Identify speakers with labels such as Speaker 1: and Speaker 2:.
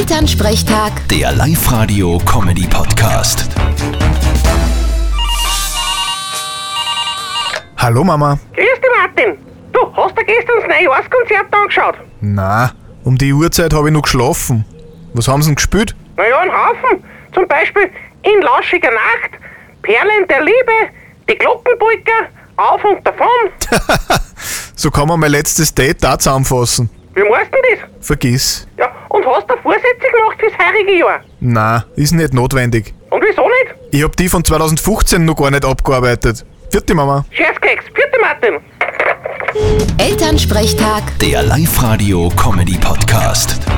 Speaker 1: Elternsprechtag,
Speaker 2: Der Live-Radio-Comedy-Podcast.
Speaker 3: Hallo Mama.
Speaker 4: Grüß dich, Martin. Du, hast du gestern das Neujahrskonzert angeschaut?
Speaker 3: Na, um die Uhrzeit habe ich noch geschlafen. Was haben sie denn gespielt?
Speaker 4: Naja, einen Haufen. Zum Beispiel In lauschiger Nacht, Perlen der Liebe, Die Glockenbrücker, Auf und davon.
Speaker 3: So kann man mein letztes Date da zusammenfassen.
Speaker 4: Wie meinst du das?
Speaker 3: Vergiss.
Speaker 4: Ja, und hast du Vorsätze gemacht fürs heurige Jahr?
Speaker 3: Na, ist nicht notwendig.
Speaker 4: Und wieso nicht?
Speaker 3: Ich habe die von 2015 noch gar nicht abgearbeitet. Vierte Mama.
Speaker 4: Scherzkeks. Vierte Martin.
Speaker 1: Elternsprechtag.
Speaker 2: Der Live-Radio-Comedy-Podcast.